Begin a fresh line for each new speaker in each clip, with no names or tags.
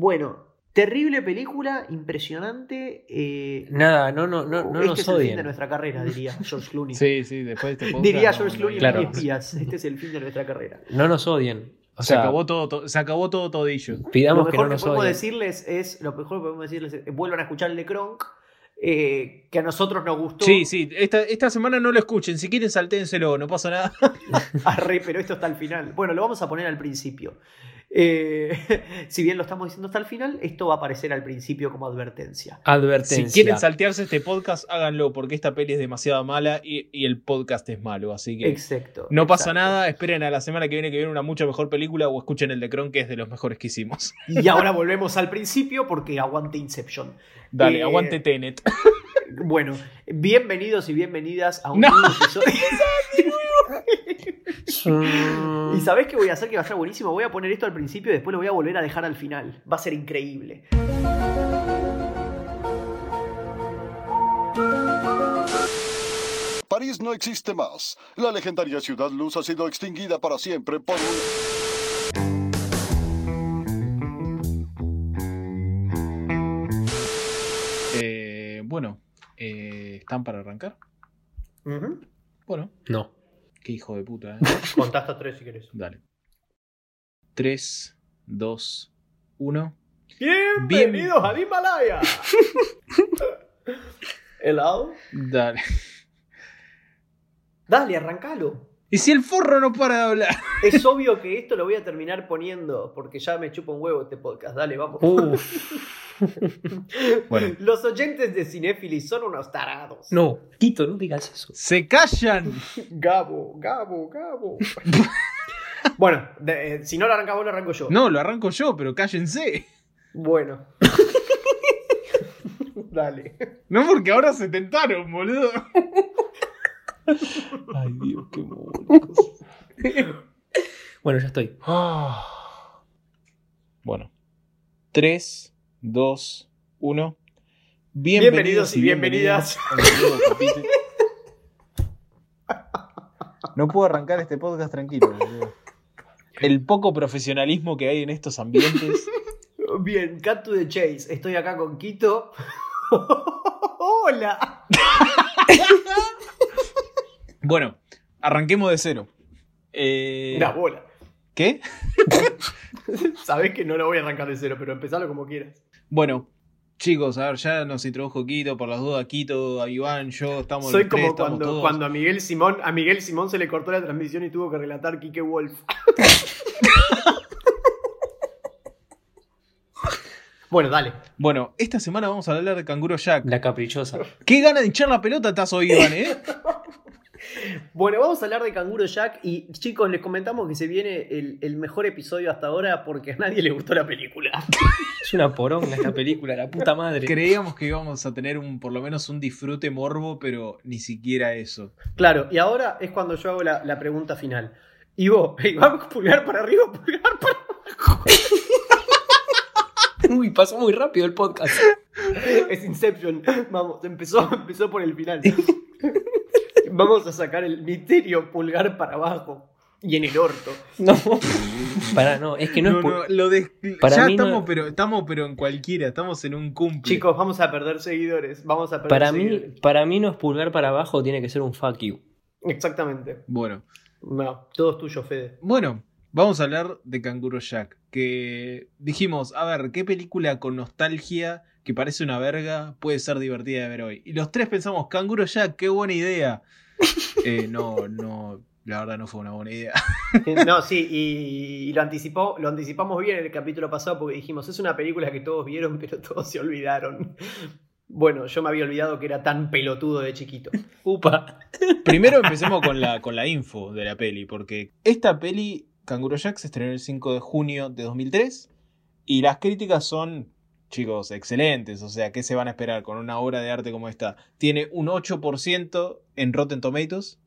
Bueno, terrible película, impresionante. eh,
Nada, no, no, no, no
este
nos
es el fin de
odien.
nuestra carrera, diría George Clooney.
Sí, sí, después de este podcast,
diría
no,
George
no,
Clooney
no,
en
claro.
Diez Espías. Este es el fin de nuestra carrera.
No nos odien. O
se,
sea,
acabó todo, to- se acabó todo todillo.
Lo
pidamos que no
mejor que,
nos
podemos
odien.
decirles es, lo mejor que podemos decirles es, vuelvan a escuchar el de Kronk, eh, que a nosotros nos gustó.
Sí, sí, esta, esta semana no lo escuchen. Si quieren, salténselo, no pasa nada.
Arre, pero esto está al final. Bueno, lo vamos a poner al principio. Eh, si bien lo estamos diciendo hasta el final, esto va a aparecer al principio como advertencia.
Advertencia.
Si quieren saltearse este podcast, háganlo, porque esta peli es demasiado mala y, y el podcast es malo. Así que
Exacto.
no pasa
exacto.
nada. Esperen a la semana que viene que viene una mucho mejor película o escuchen el de Kron, que es de los mejores que hicimos.
Y ahora volvemos al principio porque aguante Inception.
Dale,
Eh,
aguante Tenet.
Bueno, bienvenidos y bienvenidas a un
No.
nuevo episodio.
Mm.
¿Y sabés qué voy a hacer que va a ser buenísimo? Voy a poner esto al principio y después lo voy a volver a dejar al final. Va a ser increíble.
París no existe más. La legendaria ciudad luz ha sido extinguida para siempre por un...
Eh, bueno, eh, ¿están para arrancar? Bueno,
No.
qué hijo de puta. ¿eh?
Contá hasta tres si querés.
Dale. 3, 2, 1.
Bienvenidos al Himalaya. ¿Helado?
Dale.
Dale, arrancalo.
Y si el forro no para de hablar.
Es obvio que esto lo voy a terminar poniendo porque ya me chupa un huevo este podcast. Dale, vamos.
Uf,
Uh, Bueno.
Los oyentes de Cinéfilis son unos tarados.
no, Quito, no digas eso.
¡Se callan!
Gabo, Gabo, Gabo. bueno, de- eh, si no lo arrancas vos, lo arranco yo.
No, lo arranco yo, pero cállense.
Bueno. Dale.
No porque ahora se tentaron, boludo.
Ay, Dios, qué monos. bueno, ya estoy.
Bueno. 3, 2, 1.
Bienvenidos y bienvenidas.
No puedo arrancar este podcast tranquilo. boludo. El poco profesionalismo que hay en estos ambientes.
Bien, cut to the chase. Estoy acá con Quito. Hola.
Bueno, arranquemos de cero. Eh,
La bola.
¿Qué?
Sabés que no lo voy a arrancar de cero, pero empezalo como quieras.
Bueno, chicos, a ver, ya nos introdujo Quito, por las dudas, Quito, a Iván, yo, estamos
Soy
los tres,
como
estamos
cuando,
todos.
cuando a Miguel Simón, a Miguel Simón se le cortó la transmisión y tuvo que relatar Quique Wolf. bueno, dale.
Bueno, esta semana vamos a hablar de Canguro Jack.
La caprichosa.
¿Qué gana de hinchar la pelota estás hoy, Iván, eh?
Bueno, vamos a hablar de Canguro Jack y chicos, les comentamos que se viene el, el mejor episodio hasta ahora porque a nadie le gustó la película.
Es una poronga esta película, la puta madre.
Creíamos que íbamos a tener un, por lo menos un disfrute morbo, pero ni siquiera eso.
Claro, y ahora es cuando yo hago la, la pregunta final. Y vos, hey, vamos pulgar para arriba, pulgar para
Uy, pasó muy rápido el podcast.
Es Inception. Vamos, empezó, empezó por el final. Vamos a sacar el misterio pulgar para abajo. Y en el orto.
No. Para, no, es que no,
No,
es pu-
no, lo des-
Para
ya
mí no-
estamos, pero, estamos, pero en cualquiera, estamos en un cumple.
Chicos, vamos a perder seguidores. Vamos a perder
para mí,
seguidores.
para mí no es pulgar para abajo, tiene que ser un fuck you.
Exactamente.
Bueno,
No, todo es tuyo, Fede.
Bueno, vamos a hablar de Canguro Jack. Que dijimos, a ver, ¿qué película con nostalgia que parece una verga puede ser divertida de ver hoy? Y los tres pensamos, Canguro Jack, qué buena idea. Eh, no, no, la verdad no fue una buena idea.
Eh, No, sí, y, y lo anticipó, lo anticipamos bien en el capítulo pasado porque dijimos, es una película que todos vieron, pero todos se olvidaron. Bueno, yo me había olvidado que era tan pelotudo de chiquito.
Upa.
Primero empecemos con la, con la info de la peli, porque esta peli, Canguro Jack, se estrenó el 5 de junio de 2003 y las críticas son, chicos, excelentes. O sea, ¿qué se van a esperar con una obra de arte como esta? Tiene un 8% en Rotten Tomatoes,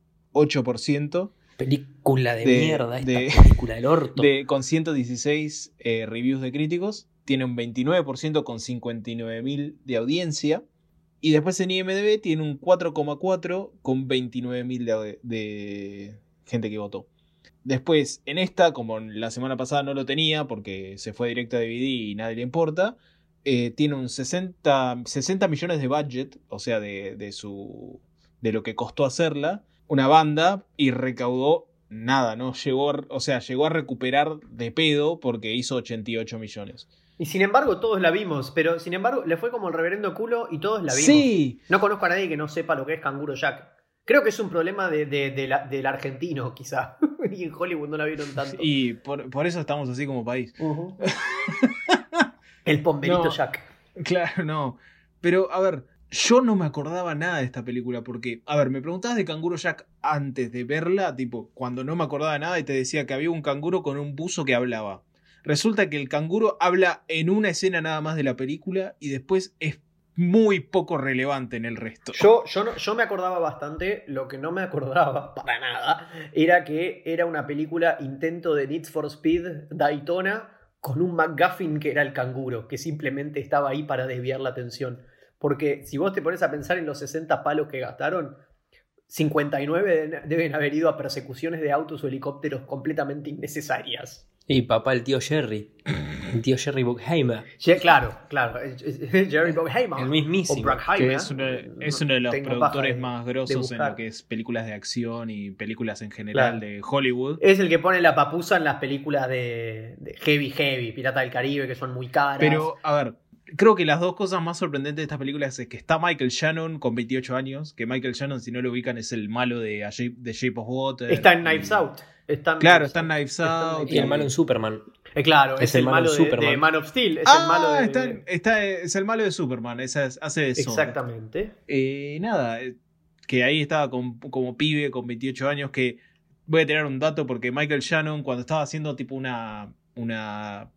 8%,
Película de,
De-
mierda, esta
de-
película del orto.
de, con 116 eh, reviews de críticos, tiene un 29% con 59.000 de audiencia. Y después en IMDB tiene un 4,4 con 29.000 de, de gente que votó. Después, en esta, como en la semana pasada no lo tenía porque se fue directo a DVD y nadie le importa, eh, tiene un 60, 60 millones de budget, o sea, de, de su, de lo que costó hacerla, una banda y recaudó nada, ¿no? Llegó, a- o sea, llegó a recuperar de pedo porque hizo 88 millones.
Y sin embargo, todos la vimos, pero sin embargo, le fue como el reverendo culo y todos la vimos.
Sí,
No conozco a nadie que no sepa lo que es Canguro Jack. Creo que es un problema de- de- de la- del argentino, quizá. y en Hollywood no la vieron tanto.
y por, por eso estamos así como país.
Ujú. el pomberito
No.
Jack.
Claro, no. Pero, a ver, yo no me acordaba nada de esta película porque, a ver, me preguntabas de Canguro Jack antes de verla, tipo, cuando no me acordaba nada y te decía que había un canguro con un buzo que hablaba. Resulta que el canguro habla en una escena nada más de la película y después es muy poco relevante en el resto.
Yo, yo, no- yo me acordaba bastante, lo que no me acordaba para nada era que era una película intento de Need for Speed Daytona con un McGuffin que era el canguro, que simplemente estaba ahí para desviar la atención. Porque si vos te pones a pensar en los 60 palos que gastaron, 59 deben- deben haber ido a persecuciones de autos o helicópteros completamente innecesarias.
Y papá, el tío Jerry. El tío Jerry Buckheimer.
Ye- claro, claro. Jerry Bruckheimer.
El
O
mismísimo.
Bruckheimer.
Que es, una- es uno de los
Tengo paja
productores
de-
más grosos en
buscar.
lo que es películas de acción y películas en
Claro.
general de Hollywood.
Es el que pone la papusa en las películas de, de Heavy Heavy, Pirata del Caribe, que son muy caras.
Pero, a ver, creo que las dos cosas más sorprendentes de estas películas es que está Michael Shannon con 28 años, que Michael Shannon, si no lo ubican, es el malo de, A Shape- de Shape of Water.
está en
Y-
Knives Out. Está en
eh, Claro,
Knives
está en
Out.
Knives
Está en
Out.
Knives
Y el malo en Superman.
Eh, claro, es, el malo,
de
de,
Superman.
de Man of Steel. Es
Ah,
el malo de.
está en- está- es el malo de Superman, esa es- hace de Zod.
Exactamente.
Eh, nada, eh, que ahí estaba con- como pibe con 28 años que voy a tirar un dato porque Michael Shannon cuando estaba haciendo tipo una una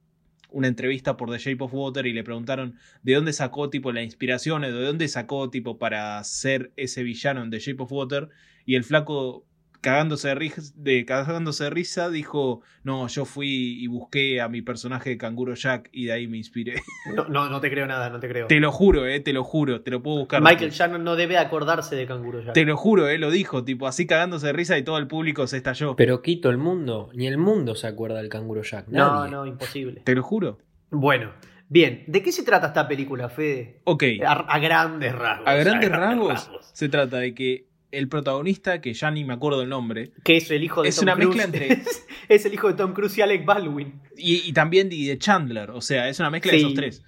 una entrevista por The Shape of Water y le preguntaron de dónde sacó tipo la inspiración, de dónde sacó tipo para ser ese villano en The Shape of Water y el flaco cagándose de, ris- de- cagándose de risa dijo, "No, yo fui y busqué a mi personaje de Canguro Jack y de ahí me inspiré."
No, no, no te creo nada, no te creo.
te lo juro, eh, te lo juro, te lo puedo buscar.
Michael Shannon no debe acordarse de Canguro Jack.
Te lo juro, eh, lo dijo, tipo, así cagándose de risa y todo el público se estalló.
Pero quito el mundo. Ni el mundo se acuerda del canguro Jack.
No,
Nadie.
no, imposible.
Te lo juro.
Bueno, bien. ¿De qué se trata esta película, Fede?
Ok,
A, a grandes rasgos.
a grandes rasgos se trata de que el protagonista, que ya ni me acuerdo el nombre,
Que es el hijo de
Es
Tom
una
Cruise.
mezcla entre-
es el hijo de Tom Cruise y Alec Baldwin.
y, y también de- de Chandler, o sea, es una mezcla
Sí.
de esos tres.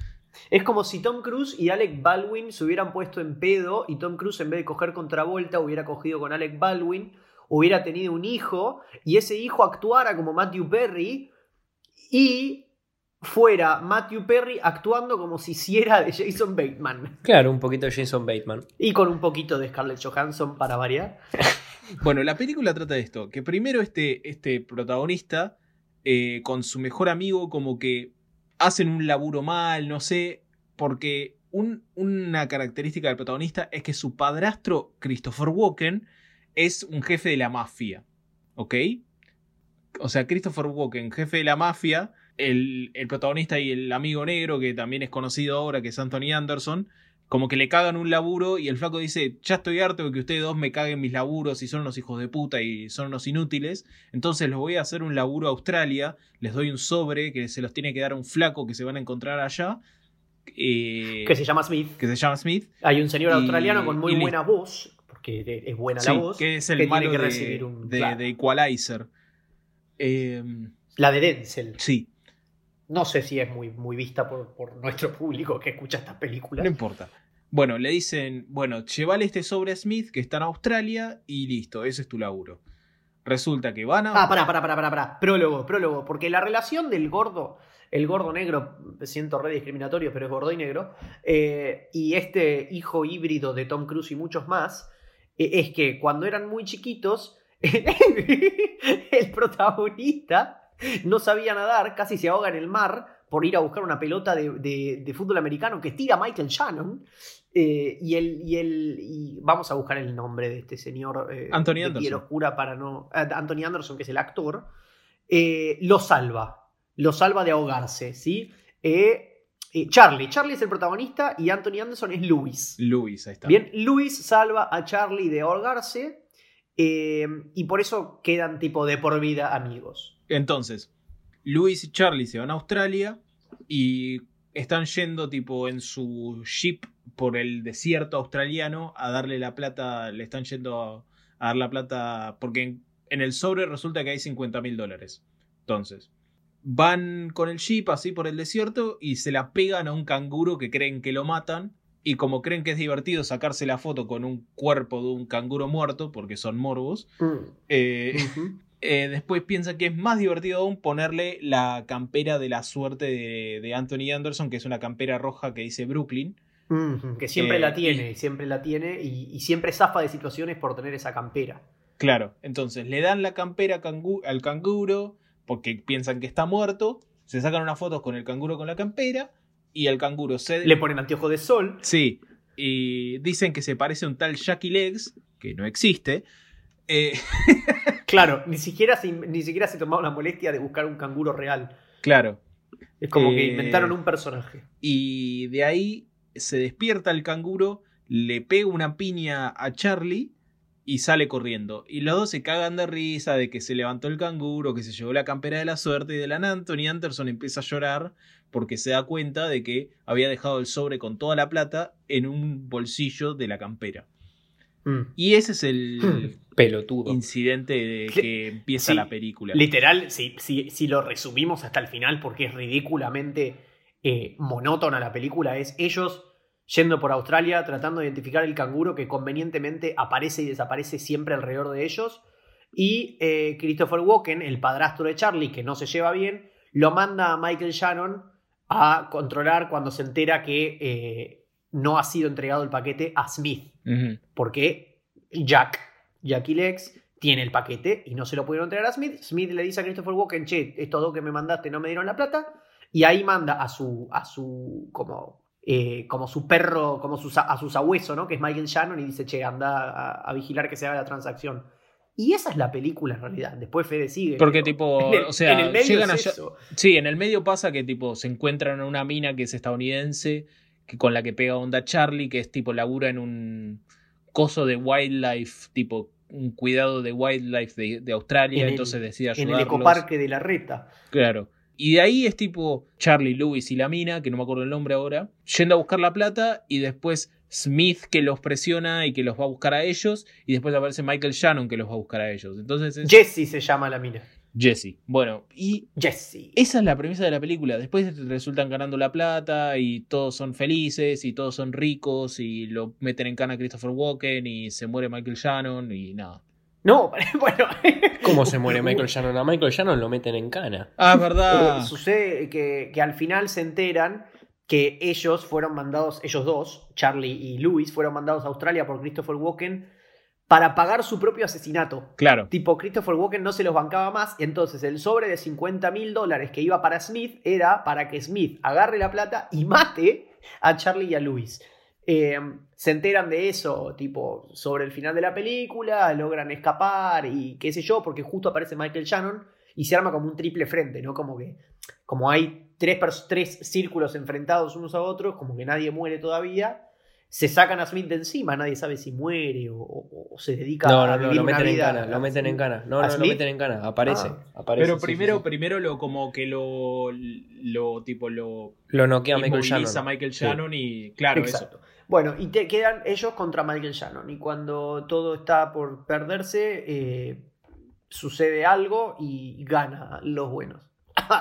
Es como si Tom Cruise y Alec Baldwin se hubieran puesto en pedo y Tom Cruise en vez de coger contravolta hubiera cogido con Alec Baldwin, hubiera tenido un hijo y ese hijo actuara como Matthew Perry y fuera Matthew Perry actuando como si hiciera de Jason Bateman
Claro, un poquito de Jason Bateman.
y con un poquito de Scarlett Johansson para variar.
Bueno, la película trata de esto, que primero este, este protagonista eh, con su mejor amigo como que hacen un laburo mal, no sé, porque un- una característica del protagonista es que su padrastro, Christopher Walken, es un jefe de la mafia, ¿ok? O sea, Christopher Walken, jefe de la mafia, el, el protagonista y el amigo negro, que también es conocido ahora, que es Anthony Anderson, como que le cagan un laburo y el flaco dice, ya estoy harto de que ustedes dos me caguen mis laburos y son unos hijos de puta y son unos inútiles, entonces les voy a hacer un laburo a Australia, les doy un sobre que se los tiene que dar un flaco que se van a encontrar allá, eh,
Que se llama Smith.
que se llama Smith,
Hay un señor
Y-
australiano con muy
y li-
buena voz, porque es buena
sí,
la voz,
que es el
que
malo
tiene que
de-
recibir un...
de,
claro,
de Equalizer. Em,
La de Denzel.
sí,
No sé si es muy, muy vista por, por nuestro público que escucha estas
No
películas.
importa. Bueno, le dicen, bueno, llévale este sobre a Smith que está en Australia y listo, ese es tu laburo. Resulta que van a...
Ah, pará, pará, pará, pará, pará. Prólogo, prólogo. Porque la relación del gordo, el gordo negro, siento re discriminatorio, pero es gordo y negro, eh, y este hijo híbrido de Tom Cruise y muchos más, eh, es que cuando eran muy chiquitos, el protagonista no sabía nadar, casi se ahoga en el mar por ir a buscar una pelota de, de- de fútbol americano que tira Michael Shannon. eh, y el, y el y vamos a buscar el nombre de este señor eh,
Anthony
de piel
Anderson.
oscura para no eh, Anthony Anderson que es el actor eh, lo salva lo salva de ahogarse sí Eh, eh, Charlie Charlie es el protagonista y Anthony Anderson es Luis
Luis, ahí está.
Bien, Luis salva a Charlie de ahogarse eh, y por eso quedan tipo de por vida amigos.
Entonces, Luis y Charlie se van a Australia y están yendo tipo en su jeep por el desierto australiano a darle la plata, le están yendo a, a dar la plata porque en, en el sobre resulta que hay 50 mil dólares. Entonces, van con el jeep así por el desierto y se la pegan a un canguro que creen que lo matan. Y como creen que es divertido sacarse la foto con un cuerpo de un canguro muerto, porque son morbos,
Mm.
eh,
Ujú.
eh, después piensa que es más divertido aún ponerle la campera de la suerte de, de Anthony Anderson, que es una campera roja que dice Brooklyn.
Ujú, Que siempre
Eh,
la tiene, y siempre la tiene, y, y siempre zafa de situaciones por tener esa campera.
Claro, entonces le dan la campera cangu- al canguro porque piensan que está muerto, se sacan unas fotos con el canguro con la campera y el canguro se...
Le ponen anteojo de sol.
Sí, y dicen que se parece a un tal Jackie Legs, que no existe. Eh,
Claro, ni siquiera se, ni siquiera se tomaron la molestia de buscar un canguro real.
claro,
Es como que
Eh,
inventaron un personaje.
y de ahí se despierta el canguro, le pega una piña a Charlie y sale corriendo. Y los dos se cagan de risa de que se levantó el canguro, que se llevó la campera de la suerte y de la Anthony Anderson empieza a llorar porque se da cuenta de que había dejado el sobre con toda la plata en un bolsillo de la campera.
Mm.
Y ese es el
Pelotudo.
incidente de
Cle-
que empieza
sí,
la película.
Literal, si, si- si lo resumimos hasta el final, porque es ridículamente eh, monótona la película, es ellos yendo por Australia tratando de identificar el canguro que convenientemente aparece y desaparece siempre alrededor de ellos. Y eh, Christopher Walken, el padrastro de Charlie, que no se lleva bien, lo manda a Michael Shannon a controlar cuando se entera que eh, no ha sido entregado el paquete a Smith
Ujú.
porque Jack, Jack y Lex, tiene el paquete y no se lo pudieron entregar a Smith. Smith le dice a Christopher Walken, che, estos dos que me mandaste no me dieron la plata. Y ahí manda a su, a su, como, eh, como su perro, como su, sa- a su sabueso, ¿no? Que es Michael Shannon y dice, che, anda a, a vigilar que se haga la transacción. Y esa es la película en realidad. Después Fede sigue.
Porque
pero
tipo,
en el-
o sea,
en el medio
llegan
es
allá-
eso.
Sí, en el medio pasa que tipo se encuentran a una mina que es estadounidense, que con la que pega onda Charlie, que es tipo labura en un coso de wildlife, tipo un cuidado de wildlife de, de Australia,
En el-
entonces decide
En
ayudarlos.
el ecoparque de la reta.
Claro. Y de ahí es tipo Charlie, Lewis y la mina, que no me acuerdo el nombre ahora, yendo a buscar la plata y después Smith que los presiona y que los va a buscar a ellos y después aparece Michael Shannon que los va a buscar a ellos. Entonces es
Jesse se llama la mina.
Jesse. Bueno, y
Jesse.
esa es la premisa de la película. Después resultan ganando la plata y todos son felices y todos son ricos y lo meten en cana a Christopher Walken y se muere Michael Shannon y nada.
No, bueno.
¿Cómo se muere Michael Shannon? A Michael Shannon lo meten en cana.
Ah, es verdad.
Sucede que, que al final se enteran que ellos fueron mandados, ellos dos, Charlie y Louis, fueron mandados a Australia por Christopher Walken para pagar su propio asesinato.
Claro,
Tipo, Christopher Walken no se los bancaba más, entonces el sobre de 50 mil dólares que iba para Smith era para que Smith agarre la plata y mate a Charlie y a Louis. Eh, se enteran de eso, tipo, sobre el final de la película, logran escapar y qué sé yo, porque justo aparece Michael Shannon y se arma como un triple frente, ¿no? Como que, como hay tres, pers- tres círculos enfrentados unos a otros, como que nadie muere todavía. Se sacan a Smith de encima, nadie sabe si muere o, o- o se dedica
No,
a
no,
vivir
no, lo
una
meten en
vida-
cana, lo meten en cana. No,
¿A
no, lo
Smith?
meten en cana, aparece.
Ah.
aparece,
pero
sí, sí,
primero,
sí.
primero lo como que lo, lo tipo lo
lo noquea Michael
inmoviliza
Shannon.
Michael Shannon y claro, eso.
Exacto. Bueno, y te quedan ellos contra Michael Shannon. Y cuando todo está por perderse, eh, sucede algo y gana los buenos.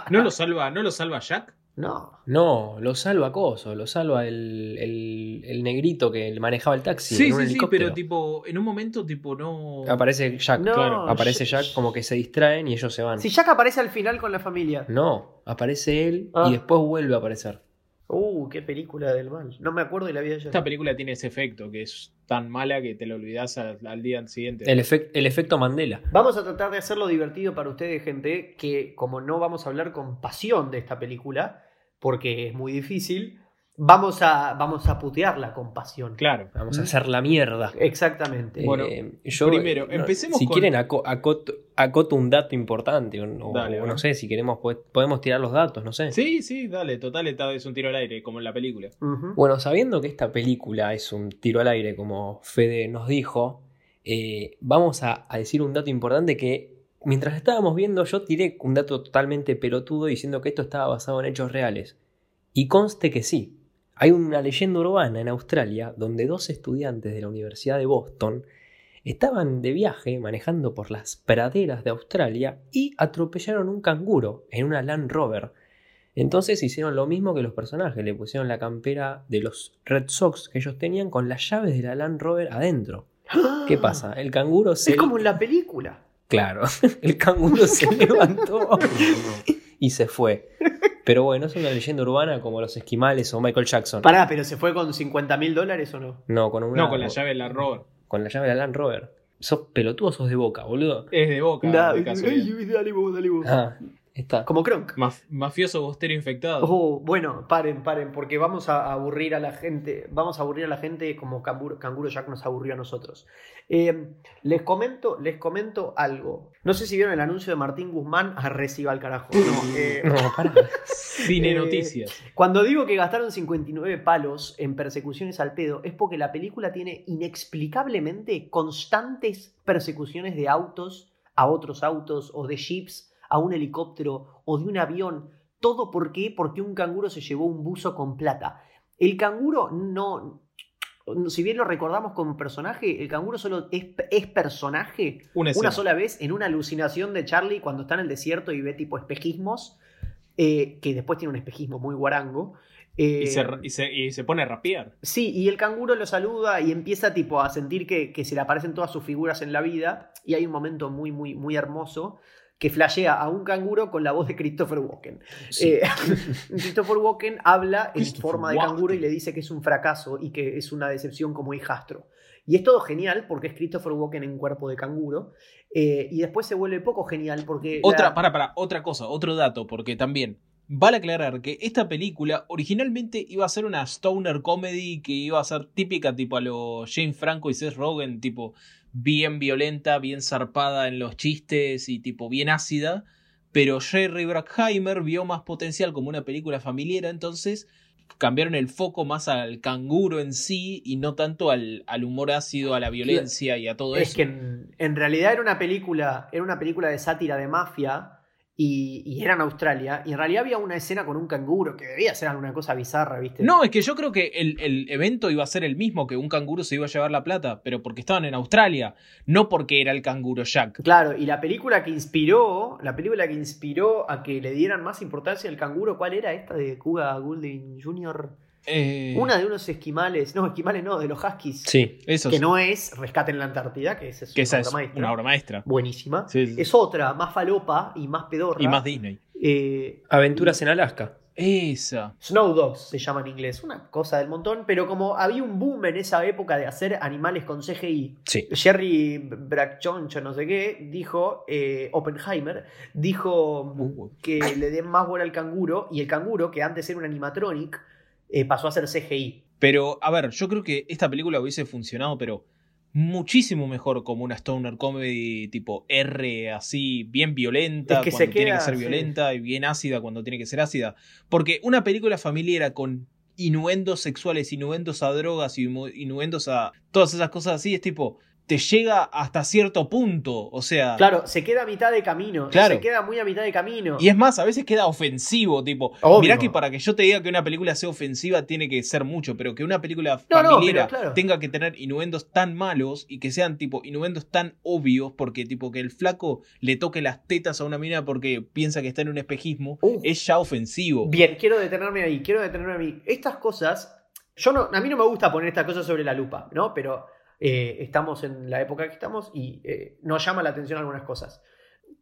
No lo salva, no lo salva Jack.
No.
No, lo salva Coso, lo salva el, el, el negrito que manejaba el taxi. en un helicóptero.
pero tipo, en un momento tipo no.
Aparece Jack,
No,
claro. Aparece
Jack-
Jack, como que se distraen y ellos se van.
Si Jack aparece al final con la familia.
No, aparece él
Ah.
y después vuelve a aparecer.
Uh, qué película del mal. No me acuerdo de la vida de
Esta
Jack.
película tiene ese efecto que es tan mala que te lo olvidas al, al día siguiente.
El, efec- el efecto Mandela.
Vamos a tratar de hacerlo divertido para ustedes, gente, que como no vamos a hablar con pasión de esta película, porque es muy difícil, vamos a, vamos a putearla con pasión.
Claro.
Vamos a hacer la mierda.
Exactamente.
Eh,
¿Mm? Bueno,
yo,
primero,
no,
empecemos
Si
con-
quieren, aco- acoto, acoto un dato importante. o- O,
Dale, a
o
ver.
no sé, si queremos, po- podemos tirar los datos, no sé.
Sí, sí, dale, total, esta es un tiro al aire, como en la película.
Ujú.
Bueno, sabiendo que esta película es un tiro al aire, como Fede nos dijo, eh, vamos a, a decir un dato importante que mientras estábamos viendo yo tiré un dato totalmente pelotudo diciendo que esto estaba basado en hechos reales. Y conste que sí. Hay una leyenda urbana en Australia donde dos estudiantes de la Universidad de Boston estaban de viaje manejando por las praderas de Australia y atropellaron un canguro en una Land Rover. Entonces hicieron lo mismo que los personajes, le pusieron la campera de los Red Sox que ellos tenían con las llaves de la Land Rover adentro. ¿Qué pasa? El canguro se...
¡Ah! Es como en la película.
Claro, el canguro se levantó y se fue. Pero bueno, es una leyenda urbana como los esquimales o Michael Jackson.
Pará, pero ¿se fue con 50 mil dólares o no?
No, con una,
No, con la llave de la Rover.
con la llave de la Land Rover. Sos pelotudo, sos de boca, boludo.
Es de boca.
Da-
de casualidad.
Ay, dale vos, dale vos.
Ah, está.
Como Kronk.
Maf- mafioso bostero infectado.
Oh, bueno, paren, paren, porque vamos a aburrir a la gente, vamos a aburrir a la gente como Canguro, Canguro Jack nos aburrió a nosotros. Eh, les comento, les comento algo. No sé si vieron el anuncio de Martín Guzmán, arriba al carajo. No, eh,
No, pará.
Cine
Eh,
noticias.
cuando digo que gastaron 59 palos en persecuciones al pedo, es porque la película tiene inexplicablemente constantes persecuciones de autos a otros autos, o de jeeps, a un helicóptero, o de un avión. ¿Todo por qué? Porque un canguro se llevó un buzo con plata. El canguro no. Si bien lo recordamos como personaje, el canguro solo es, es personaje
Una escena.
una sola vez en una alucinación de Charlie cuando está en el desierto y ve tipo espejismos, eh, que después tiene un espejismo muy guarango. eh,
Y, se, ra- y, se, y se pone a rapear.
Sí, y el canguro lo saluda y empieza tipo a sentir que, que se le aparecen todas sus figuras en la vida. Y hay un momento muy, muy, muy hermoso que flashea a un canguro con la voz de Christopher Walken.
Sí.
Eh, Christopher Walken habla en
Christopher
forma de
Walken.
canguro y le dice que es un fracaso y que es una decepción como hijastro. Y es todo genial porque es Christopher Walken en cuerpo de canguro. eh, y después se vuelve poco genial porque... la-
Otra, para, para, otra cosa, otro dato, porque también vale aclarar que esta película originalmente iba a ser una stoner comedy que iba a ser típica, tipo a lo Jane Franco y Seth Rogen, tipo bien violenta, bien zarpada en los chistes y tipo bien ácida. Pero Jerry Bruckheimer vio más potencial como una película familiar, entonces cambiaron el foco más al canguro en sí y no tanto al, al humor ácido, a la violencia y a todo
Es
eso.
que en, en realidad era una película, era una película de sátira de mafia y, y era en Australia. Y en realidad había una escena con un canguro que debía ser alguna cosa bizarra, ¿viste?
No, es que yo creo que el, el evento iba a ser el mismo, que un canguro se iba a llevar la plata, pero porque estaban en Australia, no porque era el canguro Jack.
Claro, y la película que inspiró, la película que inspiró a que le dieran más importancia al canguro, ¿cuál era esta de Cuba Gooding Jr.?
Eh,
Una de unos esquimales, no, esquimales no, de los huskies.
Sí.
eso
Que
es-
no es Rescate en la Antártida, que esa es
que esa
una
es
obra maestra.
una obra maestra.
Buenísima.
Sí, sí.
Es otra, más falopa y más pedorra.
Y más Disney.
Eh,
Aventuras en Alaska.
Esa.
Snow Dogs se llama en inglés, una cosa del montón, pero como había un boom en esa época de hacer animales con CGI,
Sí.
Jerry Bracchoncho, no sé qué, dijo, eh, Oppenheimer, dijo que le den más bola al canguro, y el canguro, que antes era un animatronic, eh, pasó a ser CGI.
Pero, a ver, yo creo que esta película hubiese funcionado, pero muchísimo mejor como una stoner comedy tipo R, así, bien violenta
Es que se
cuando tiene
queda,
que ser
sí.
violenta y bien ácida cuando tiene que ser ácida. Porque una película familiar con inuendos sexuales, inuendos a drogas, inu- inuendos a todas esas cosas así, es tipo, te llega hasta cierto punto, o sea...
Claro, se queda a mitad de camino,
Ah. Claro.
se queda muy a mitad de camino.
Y es más, a veces queda ofensivo, tipo,
Obvio.
mirá que para que yo te diga que una película sea ofensiva tiene que ser mucho, pero que una película
No, no,
familiera
pero claro.
tenga que tener inuendos tan malos y que sean tipo inuendos tan obvios porque tipo que el flaco le toque las tetas a una mina porque piensa que está en un espejismo,
Uh.
es ya ofensivo.
Bien, quiero detenerme ahí, quiero detenerme ahí. Estas cosas, yo no, a mí no me gusta poner estas cosas sobre la lupa, ¿no? Pero eh, estamos en la época que estamos y eh, nos llama la atención algunas cosas.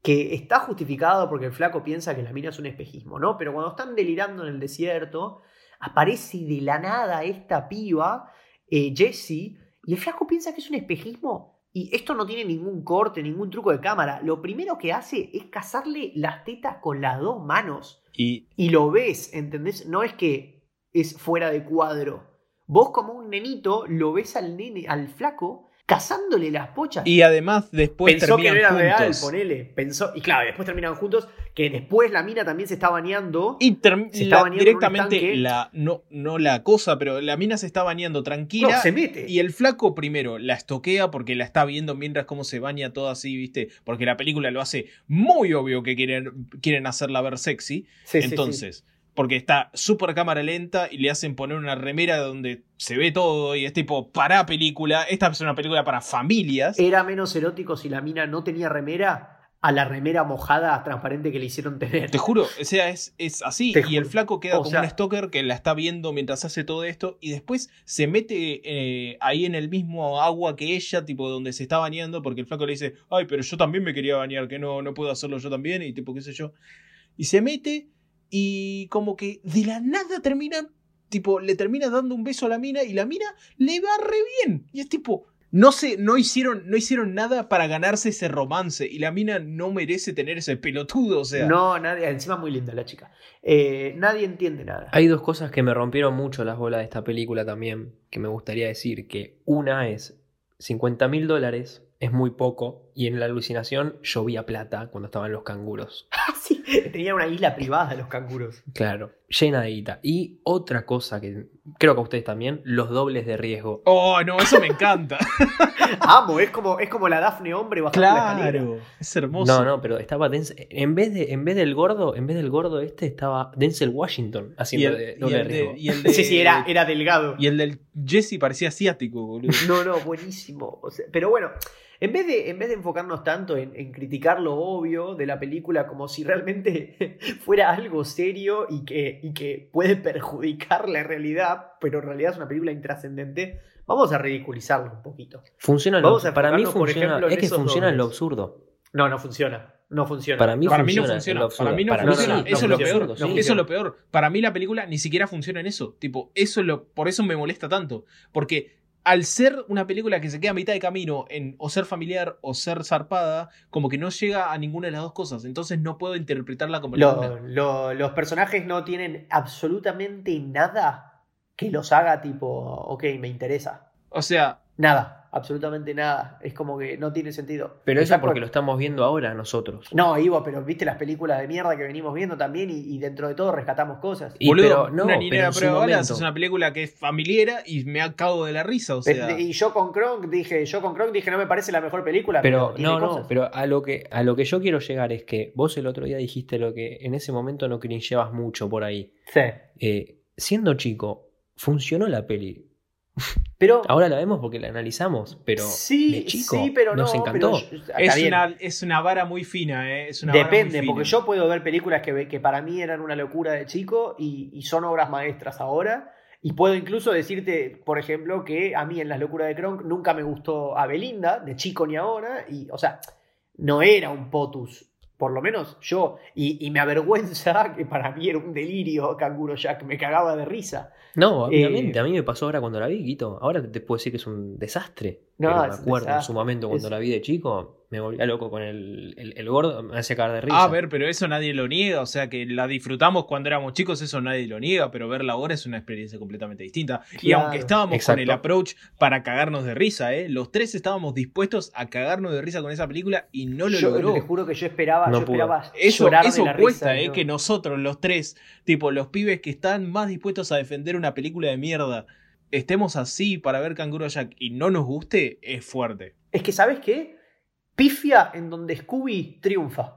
Que está justificado porque el flaco piensa que la mina es un espejismo, ¿no? Pero cuando están delirando en el desierto, aparece de la nada esta piba, eh, Jessie, y el flaco piensa que es un espejismo. Y esto no tiene ningún corte, ningún truco de cámara. Lo primero que hace es cazarle las tetas con las dos manos
Y
y lo ves, ¿entendés? No es que es fuera de cuadro. Vos como un nenito lo ves al nene, al flaco, cazándole las pochas.
Y además después
Pensó que no
terminan
era real,
juntos.
ponele. Pensó, y claro, después terminan juntos, que después la mina también se está bañando.
Y term-
Se
la-
está bañando en un
directamente
estanque.
la no, no la cosa, pero la mina se está bañando
no,
tranquila.
se mete.
Y el flaco primero la estoquea porque la está viendo mientras cómo se baña toda así, ¿viste? Porque la película lo hace muy obvio que quieren, quieren hacerla ver sexy.
Sí, sí, sí.
Entonces, porque está súper cámara lenta y le hacen poner una remera donde se ve todo y es tipo para película. Esta es una película para familias.
Era menos erótico si la mina no tenía remera a la remera mojada transparente que le hicieron tener.
Te juro, o sea, es, es así.
Te
Y el
juro.
flaco queda
O
como
sea-
un stalker que la está viendo mientras hace todo esto y después se mete eh, ahí en el mismo agua que ella, tipo donde se está bañando, porque el flaco le dice, ay, pero yo también me quería bañar, que no, no puedo hacerlo yo también, y tipo, qué sé yo. Y se mete y como que de la nada termina, tipo, le termina dando un beso a la mina y la mina le va re bien. Y es tipo... No sé, no hicieron, no hicieron nada para ganarse ese romance. Y la mina no merece tener ese pelotudo, o sea.
No, nadie, encima muy linda la chica. Eh, nadie entiende nada.
Hay dos cosas que me rompieron mucho las bolas de esta película también, que me gustaría decir, que una es 50 mil dólares, es muy poco, y en la alucinación llovía plata cuando estaban los canguros.
Sí, tenían una isla privada los canguros.
Claro, llena de guita. Y otra cosa que creo que a ustedes también, los dobles de riesgo.
Oh, no, eso me encanta.
Amo, es como, es como la Dafne hombre bajando la escalera.
Es hermoso.
No, no, pero estaba Denzel, en vez de en vez del gordo, en vez del gordo este estaba Denzel Washington
Y
haciendo
el,
de,
y
doble
el
de
de-
riesgo.
y el de-
Sí, sí, era, era delgado.
eh, Y el del Jesse parecía asiático, boludo.
No, no, buenísimo. O sea, pero bueno, en vez, de, en vez de enfocarnos tanto en, en criticar lo obvio de la película como si realmente fuera algo serio y que, y que puede perjudicar la realidad, pero en realidad es una película intrascendente, vamos a ridiculizarlo un poquito.
Funciona lo-
Vamos a
para mí
enfocarnos, por
funciona,
ejemplo, en
es que
esos
funciona en lo
dobles.
absurdo.
No, no funciona. No funciona.
Para mí
Para mí no
funciona, en lo absurdo.
funciona. Para mí no
Para mí
funciona.
sí,
Eso es
no
lo peor.
funciona, sí.
Eso es lo peor. Para mí la película ni siquiera funciona en eso. Tipo, eso es lo. Por eso me molesta tanto. Porque al ser una película que se queda a mitad de camino en o ser familiar o ser zarpada, como que no llega a ninguna de las dos cosas. Entonces no puedo interpretarla como
Lo- lo- los personajes no tienen absolutamente nada que los haga tipo, ok, me interesa.
O sea,
Nada, absolutamente nada. Es como que no tiene sentido.
Pero eso
Está
porque
por-
lo estamos viendo ahora nosotros.
No, Ivo, pero viste las películas de mierda que venimos viendo también y, y dentro de todo rescatamos cosas.
Y-
boludo,
pero no,
una
pero
niñera
en su
prueba balas
momento.
es una película que es familiera y me acabo de la risa. O sea,
Pe- y yo con Kronk dije, yo con Kronk dije, no me parece la mejor película, pero,
Pero
tiene
no, no,
cosas.
pero a lo que a lo que yo quiero llegar es que vos el otro día dijiste lo que en ese momento no cringeabas mucho por ahí.
Sí.
Eh, siendo chico, funcionó la peli.
Pero
Ahora la vemos porque la analizamos, pero
sí,
de chico
sí, pero
nos
no,
encantó.
pero yo- está
Es
bien.
una, es una vara muy fina, ¿eh? Es una vara muy
Depende,
fina.
porque yo puedo ver películas que, ve- que para mí eran una locura de chico y, y son obras maestras ahora. Y puedo incluso decirte, por ejemplo, que a mí en Las Locuras de Kronk nunca me gustó a Belinda, de chico ni ahora. Y, o sea, no era un potus, por lo menos yo. Y, y me avergüenza que para mí era un delirio Canguro Jack, me cagaba de risa.
No,
Eh,
obviamente, a mí me pasó ahora cuando la vi, Guito. Ahora te, te puedo decir que es un desastre.
No,
pero me
es un
acuerdo en su
desastre,
momento cuando
es-
la vi de chico, me volvía loco con el, el, el gordo, me hacía
Ah,
cagar de risa.
Ah, A ver, pero eso nadie lo niega, o sea que la disfrutamos cuando éramos chicos, eso nadie lo niega, pero verla ahora es una experiencia completamente distinta. y
Claro.
aunque estábamos
Exacto.
con el approach para cagarnos de risa, ¿eh? los tres estábamos dispuestos a cagarnos de risa con esa película y no lo
yo
logró.
te juro que yo esperaba,
No
yo
pudo.
esperaba
Eso,
llorar
eso
de la
cuesta,
risa. y
eh,
no.
que nosotros, los tres, tipo, los pibes que están más dispuestos a defender una película de mierda, estemos así para ver Canguro Jack y no nos guste, es fuerte.
Es que, ¿sabes qué? Pifia en donde Scooby triunfa.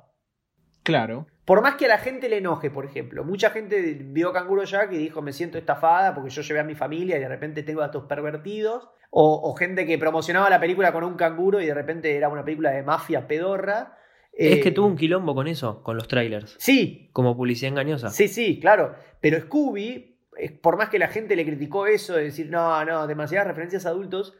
Claro.
Por más que a la gente le enoje, por ejemplo, mucha gente vio Canguro Jack y dijo, me siento estafada porque yo llevé a mi familia y de repente tengo a estos pervertidos. O, o gente que promocionaba la película con un canguro y de repente era una película de mafia pedorra.
es
Eh,
que tuvo un quilombo con eso, con los trailers.
Sí,
Como publicidad engañosa.
sí, sí, claro. Pero Scooby, eh, por más que la gente le criticó eso de decir, no, no, demasiadas referencias a adultos,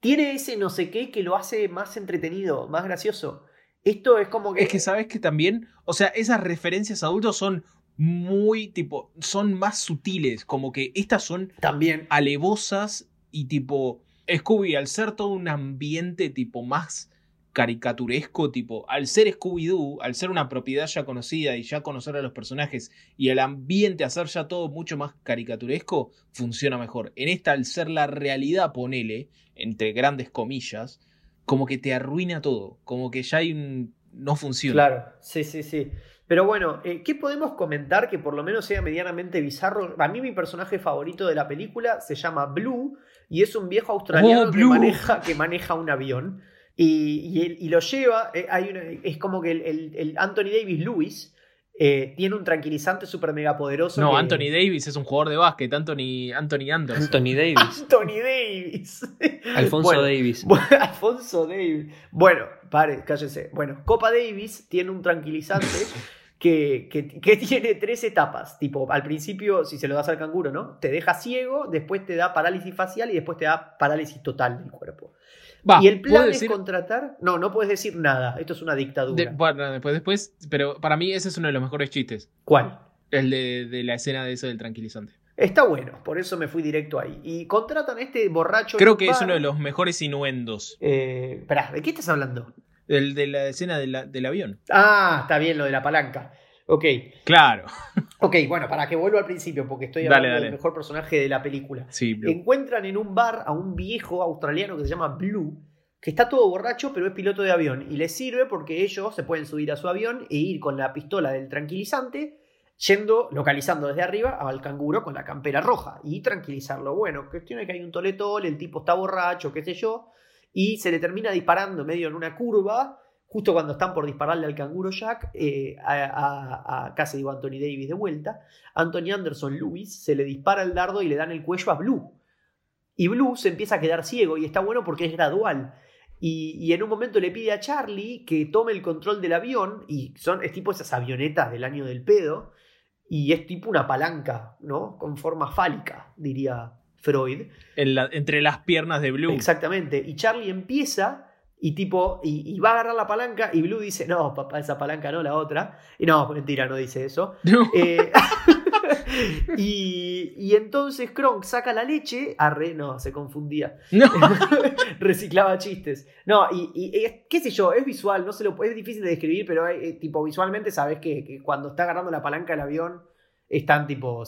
tiene ese no sé qué que lo hace más entretenido, más gracioso. Esto es como que...
Es que sabes que también, o sea, esas referencias a adultos son muy, tipo, son más sutiles, como que estas son
También.
alevosas y tipo, Scooby, al ser todo un ambiente tipo más caricaturesco, tipo, al ser Scooby-Doo, al ser una propiedad ya conocida y ya conocer a los personajes y el ambiente, hacer ya todo mucho más caricaturesco, funciona mejor. En esta, al ser la realidad, ponele, entre grandes comillas, como que te arruina todo, como que ya hay un... no funciona.
Claro, sí, sí, sí. Pero bueno, eh, ¿qué podemos comentar que por lo menos sea medianamente bizarro? A mí mi personaje favorito de la película se llama Blue y es un viejo australiano
Oh,
que,
Blue.
maneja, que maneja un avión y, y él- y lo lleva, eh, hay una- es como que el, el- el Anthony Davis Lewis eh, tiene un tranquilizante super mega poderoso.
No,
que-
Anthony Davis es un jugador de básquet, Anthony, Anthony Anderson.
Anthony Davis.
Anthony Davis.
Alfonso
Bueno,
Davis.
Bueno, Alfonso Davis. Bueno, pare, cállese. Bueno, Copa Davis tiene un tranquilizante que, que- que tiene tres etapas. Tipo, al principio, si se lo das al canguro, ¿no? Te deja ciego, después te da parálisis facial y después te da parálisis total del cuerpo.
Va,
y el plan
¿puedo
es
decir-
contratar. No, no puedes decir nada. Esto es una dictadura.
de- bueno, después, después, pero para mí ese es uno de los mejores chistes.
¿Cuál?
El de, de la escena de eso del tranquilizante.
Está bueno, por eso me fui directo ahí. Y contratan a este borracho. en
Creo
un
que es
bar.
uno de los mejores inuendos.
Eh, esperá, ¿de qué estás hablando?
El de la escena de la- del avión.
Ah, está bien, lo de la palanca. Ok.
Claro.
Ok, bueno, para que vuelva al principio, porque estoy
Dale,
hablando del
dale.
mejor personaje de la película.
Sí, Blue.
Encuentran en un bar a un viejo australiano que se llama Blue, que está todo borracho, pero es piloto de avión. Y le sirve porque ellos se pueden subir a su avión e ir con la pistola del tranquilizante, yendo, localizando desde arriba al canguro con la campera roja y tranquilizarlo. Bueno, cuestión es que hay un toletol, el tipo está borracho, qué sé yo, y se le termina disparando medio en una curva justo cuando están por dispararle al canguro Jack, eh, a, a- a- casi digo Anthony Davis de vuelta, Anthony Anderson Lewis se le dispara el dardo y le dan el cuello a Blue. Y Blue se empieza a quedar ciego y está bueno porque es gradual. Y, y en un momento le pide a Charlie que tome el control del avión, y son, es tipo esas avionetas del año del pedo, y es tipo una palanca, ¿no? Con forma fálica, diría Freud.
En la- entre las piernas de Blue.
Exactamente. Y Charlie empieza y tipo, y, y va a agarrar la palanca y Blue dice, no, papá, esa palanca no, la otra. Y no, mentira, no dice eso.
No.
Eh, y, y entonces Kronk saca la leche, arre, no, se confundía.
No.
Reciclaba chistes. No, y, y- y es- qué sé yo, es visual, no se lo, es difícil de describir, pero eh, tipo visualmente sabes que, que cuando está agarrando la palanca del avión están tipo,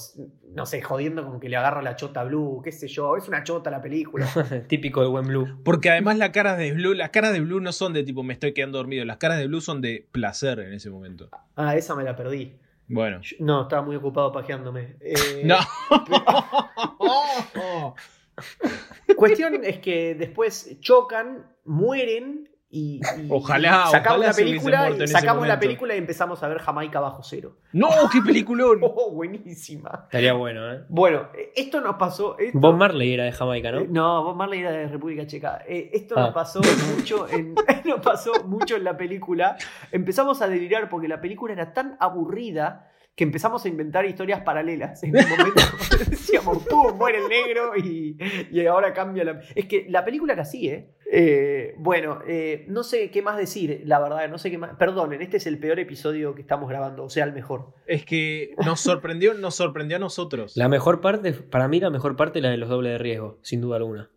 no sé, jodiendo con que le agarra la chota a Blue, qué sé yo, es una chota la película.
Típico de buen Blue.
Porque además las caras de Blue, las caras de Blue no son de tipo me estoy quedando dormido, las caras de Blue son de placer en ese momento.
Ah, esa me la perdí.
Bueno.
Yo- No, estaba muy ocupado pajeándome. Eh,
No.
Cuestión es que después chocan, mueren y, y-
Ojalá,
y sacamos
ojalá
la
se hubiesen
película
muerto en
y
ese
sacamos la
momento.
película y empezamos a ver Jamaica bajo cero.
No, qué peliculón.
Oh, buenísima.
Estaría bueno, ¿eh?
Bueno, eh, esto nos pasó. esto-
Bob Marley era de Jamaica,
Eh,
¿no?
No, Bob Marley era de República Checa. Eh, esto
Ah.
nos pasó mucho en nos pasó mucho en la película. Empezamos a delirar porque la película era tan aburrida que empezamos a inventar historias paralelas. En un momento decíamos, ¡pum! muere el negro y, y ahora cambia la. Es que la película era así, ¿eh? Eh, bueno, eh, no sé qué más decir, la verdad, no sé qué más. Perdonen, este es el peor episodio que estamos grabando, o sea, el mejor.
Es que nos sorprendió, nos sorprendió a nosotros.
La mejor parte, para mí la mejor parte es la de los dobles de riesgo, sin duda alguna.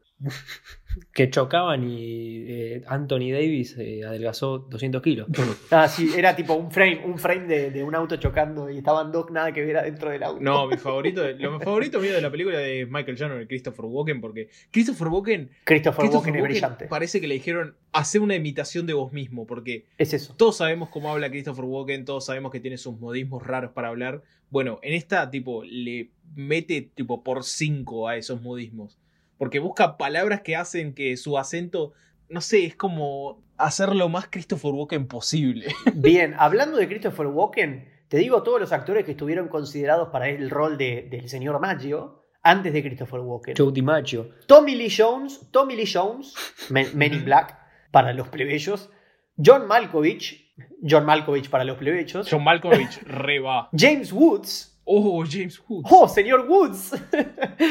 que chocaban y eh, Anthony Davis eh, adelgazó 200 kilos.
Ah, sí, era tipo un frame, un frame de, de un auto chocando y estaban dos nada que ver dentro del auto.
No, mi favorito, lo favorito mío de la película de Michael Jackson y Christopher Walken, porque Christopher Walken,
Christopher
Christopher
Walken es
Walken
brillante.
parece que le dijeron, hace una imitación de vos mismo, porque
Es eso.
todos sabemos cómo habla Christopher Walken, todos sabemos que tiene sus modismos raros para hablar. Bueno, en esta, tipo, le mete, tipo, por cinco a esos modismos, porque busca palabras que hacen que su acento, no sé, es como hacer lo más Christopher Walken posible.
Bien, hablando de Christopher Walken, te digo todos los actores que estuvieron considerados para el rol de- del señor Maggio antes de Christopher Walken.
Joe DiMaggio.
Tommy Lee Jones, Tommy Lee Jones, Men, Men in Black para los plebeyos. John Malkovich, John Malkovich para los plebeyos.
John Malkovich, reba.
James Woods.
Oh, James Hood.
Oh, señor Woods.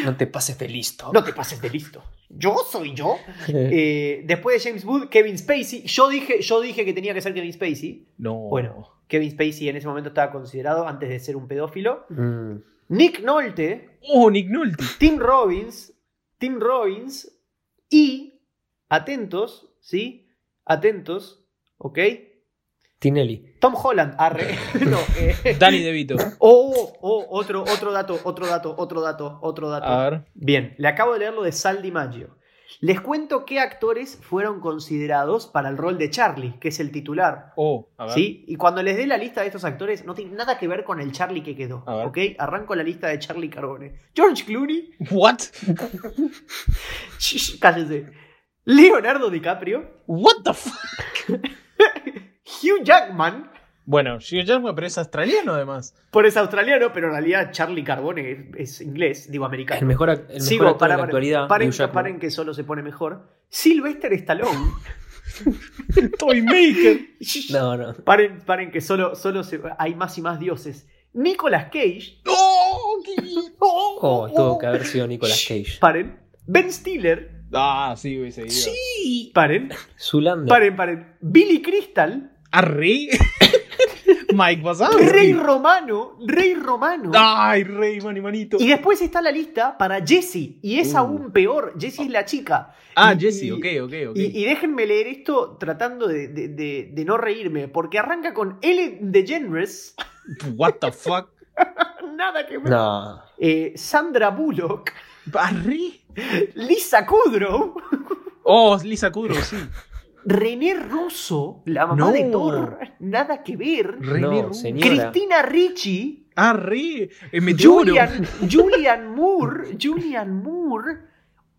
No te pases de listo.
No te pases de listo. Yo soy yo. Eh, después de James Wood, Kevin Spacey. Yo dije, yo dije que tenía que ser Kevin Spacey.
No.
Bueno, Kevin Spacey en ese momento estaba considerado antes de ser un pedófilo.
Mm.
Nick Nolte,
Oh, Nick Nolte.
Tim Robbins, Tim Robbins y, atentos, ¿sí? Atentos, ¿ok?
Tinelli.
Tom Holland, arre. no, eh.
Danny DeVito.
Oh, oh, otro, otro dato, otro dato, otro dato, otro dato.
A ver.
Bien, le acabo de leer lo de Sal DiMaggio. Les cuento qué actores fueron considerados para el rol de Charlie, que es el titular.
Oh, a ver.
¿Sí? Y cuando les dé la lista de estos actores, no tiene nada que ver con el Charlie que quedó.
A ver.
¿Ok? Arranco la lista de Charlie Carbone. George Clooney.
What?
Shh, cállense. Leonardo DiCaprio.
What the fuck?
Hugh Jackman.
Bueno, Hugh Jackman, pero es australiano además.
Por es australiano, pero en realidad Charlie Carbone es, es inglés, digo americano.
El mejor, ac- el mejor
Sigo,
actor
para,
de la
para,
actualidad.
paren,
Hugh Jackman.
paren que solo se pone mejor. Sylvester Stallone.
Toymaker.
No, no.
Paren, paren que solo, solo se- hay más y más dioses. Nicolas Cage.
¡Oh! ¡Qué bien! ¡Oh!
Oh, tuvo que haber sido Nicolas Cage.
Paren. Ben Stiller.
Ah, sí, hubiese ido.
Sí. Paren.
Zulander.
Paren, paren. Billy Crystal.
Ah, ¿Arre? Mike Wazowski.
Rey Romano. Rey Romano.
Ay, Rey, mani, manito.
Y después está la lista para Jessie. Y es
Uh.
aún peor. Jessie es la chica.
Ah,
y-
Jesse,
y-
ok, ok, ok.
Y, y déjenme leer esto tratando de, de- de- de no reírme, porque arranca con Ellen DeGeneres,
What the fuck?
nada que ver,
No.
eh, Sandra Bullock, Ah,
¿Arre?
Lisa Kudrow,
Oh, Lisa Kudrow, sí.
René Russo, la mamá
No.
de Thor, nada que ver,
René
No,
Russo.
señora.
Cristina Ricci,
¡Arre! Eh, me
Julian, Julian Moore, Julian Moore,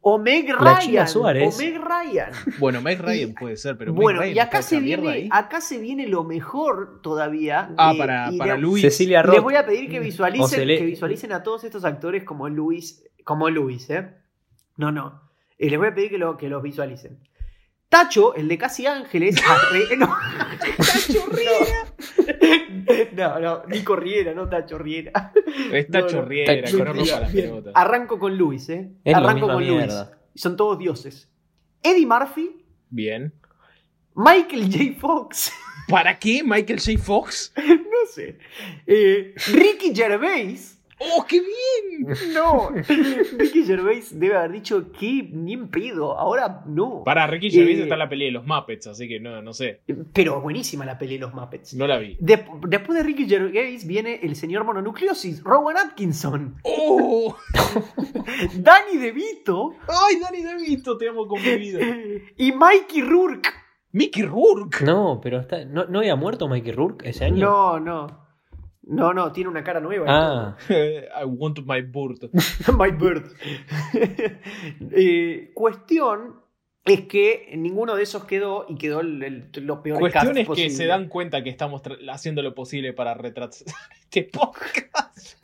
Omeg
La China
Ryan,
Suárez.
Omeg Ryan.
Bueno, Mike Ryan puede ser, Ah, pero Mike
bueno,
Ryan
y acá
está esa
se,
mierda
viene,
ahí.
acá se viene lo mejor todavía.
Ah,
eh,
para,
y
para
de-
Luis.
Cecilia
Les
Roth.
voy a pedir que
O se
visualicen,
le-
que visualicen a todos estos actores como Luis, como Luis, ¿eh? No, no. Eh, les voy a pedir que, lo, que los visualicen. Tacho, el de Casi Ángeles. Arre- no. Tacho Riera. No, no, Nico Riera, no Tacho Riera.
Está
No, no.
chorriera,
Está
con ropa a la
Bien.
pelota.
Arranco con Luis, ¿eh?
Es la
Arranco
misma
con
mierda.
Luis. Son todos dioses. Eddie Murphy,
Bien.
Michael J. Fox,
¿Para qué Michael J. Fox?
no sé. Eh, Ricky Gervais.
¡Oh, qué bien!
No, Ricky Gervais debe haber dicho que ni en pedo, ahora no.
Para Ricky
Eh.
Gervais está la peli de los Muppets, así que no, no sé.
Pero buenísima la peli de los Muppets.
No la vi.
De- después de Ricky Gervais viene el señor mononucleosis, Rowan Atkinson,
¡Oh!
Danny DeVito
¡Ay, Danny DeVito! Te amo con mi vida.
y Mikey Rourke.
¡Mickey Rourke!
No, pero está, ¿no, ¿no había muerto Mickey Rourke ese año?
No, no. No, no, tiene una cara nueva.
Ah,
I want my bird.
My bird. Eh, cuestión es que ninguno de esos quedó y quedó el, el- lo peor
Cuestión
cast
es que
posible.
se dan cuenta que estamos tra- haciendo lo posible para retrasar este podcast.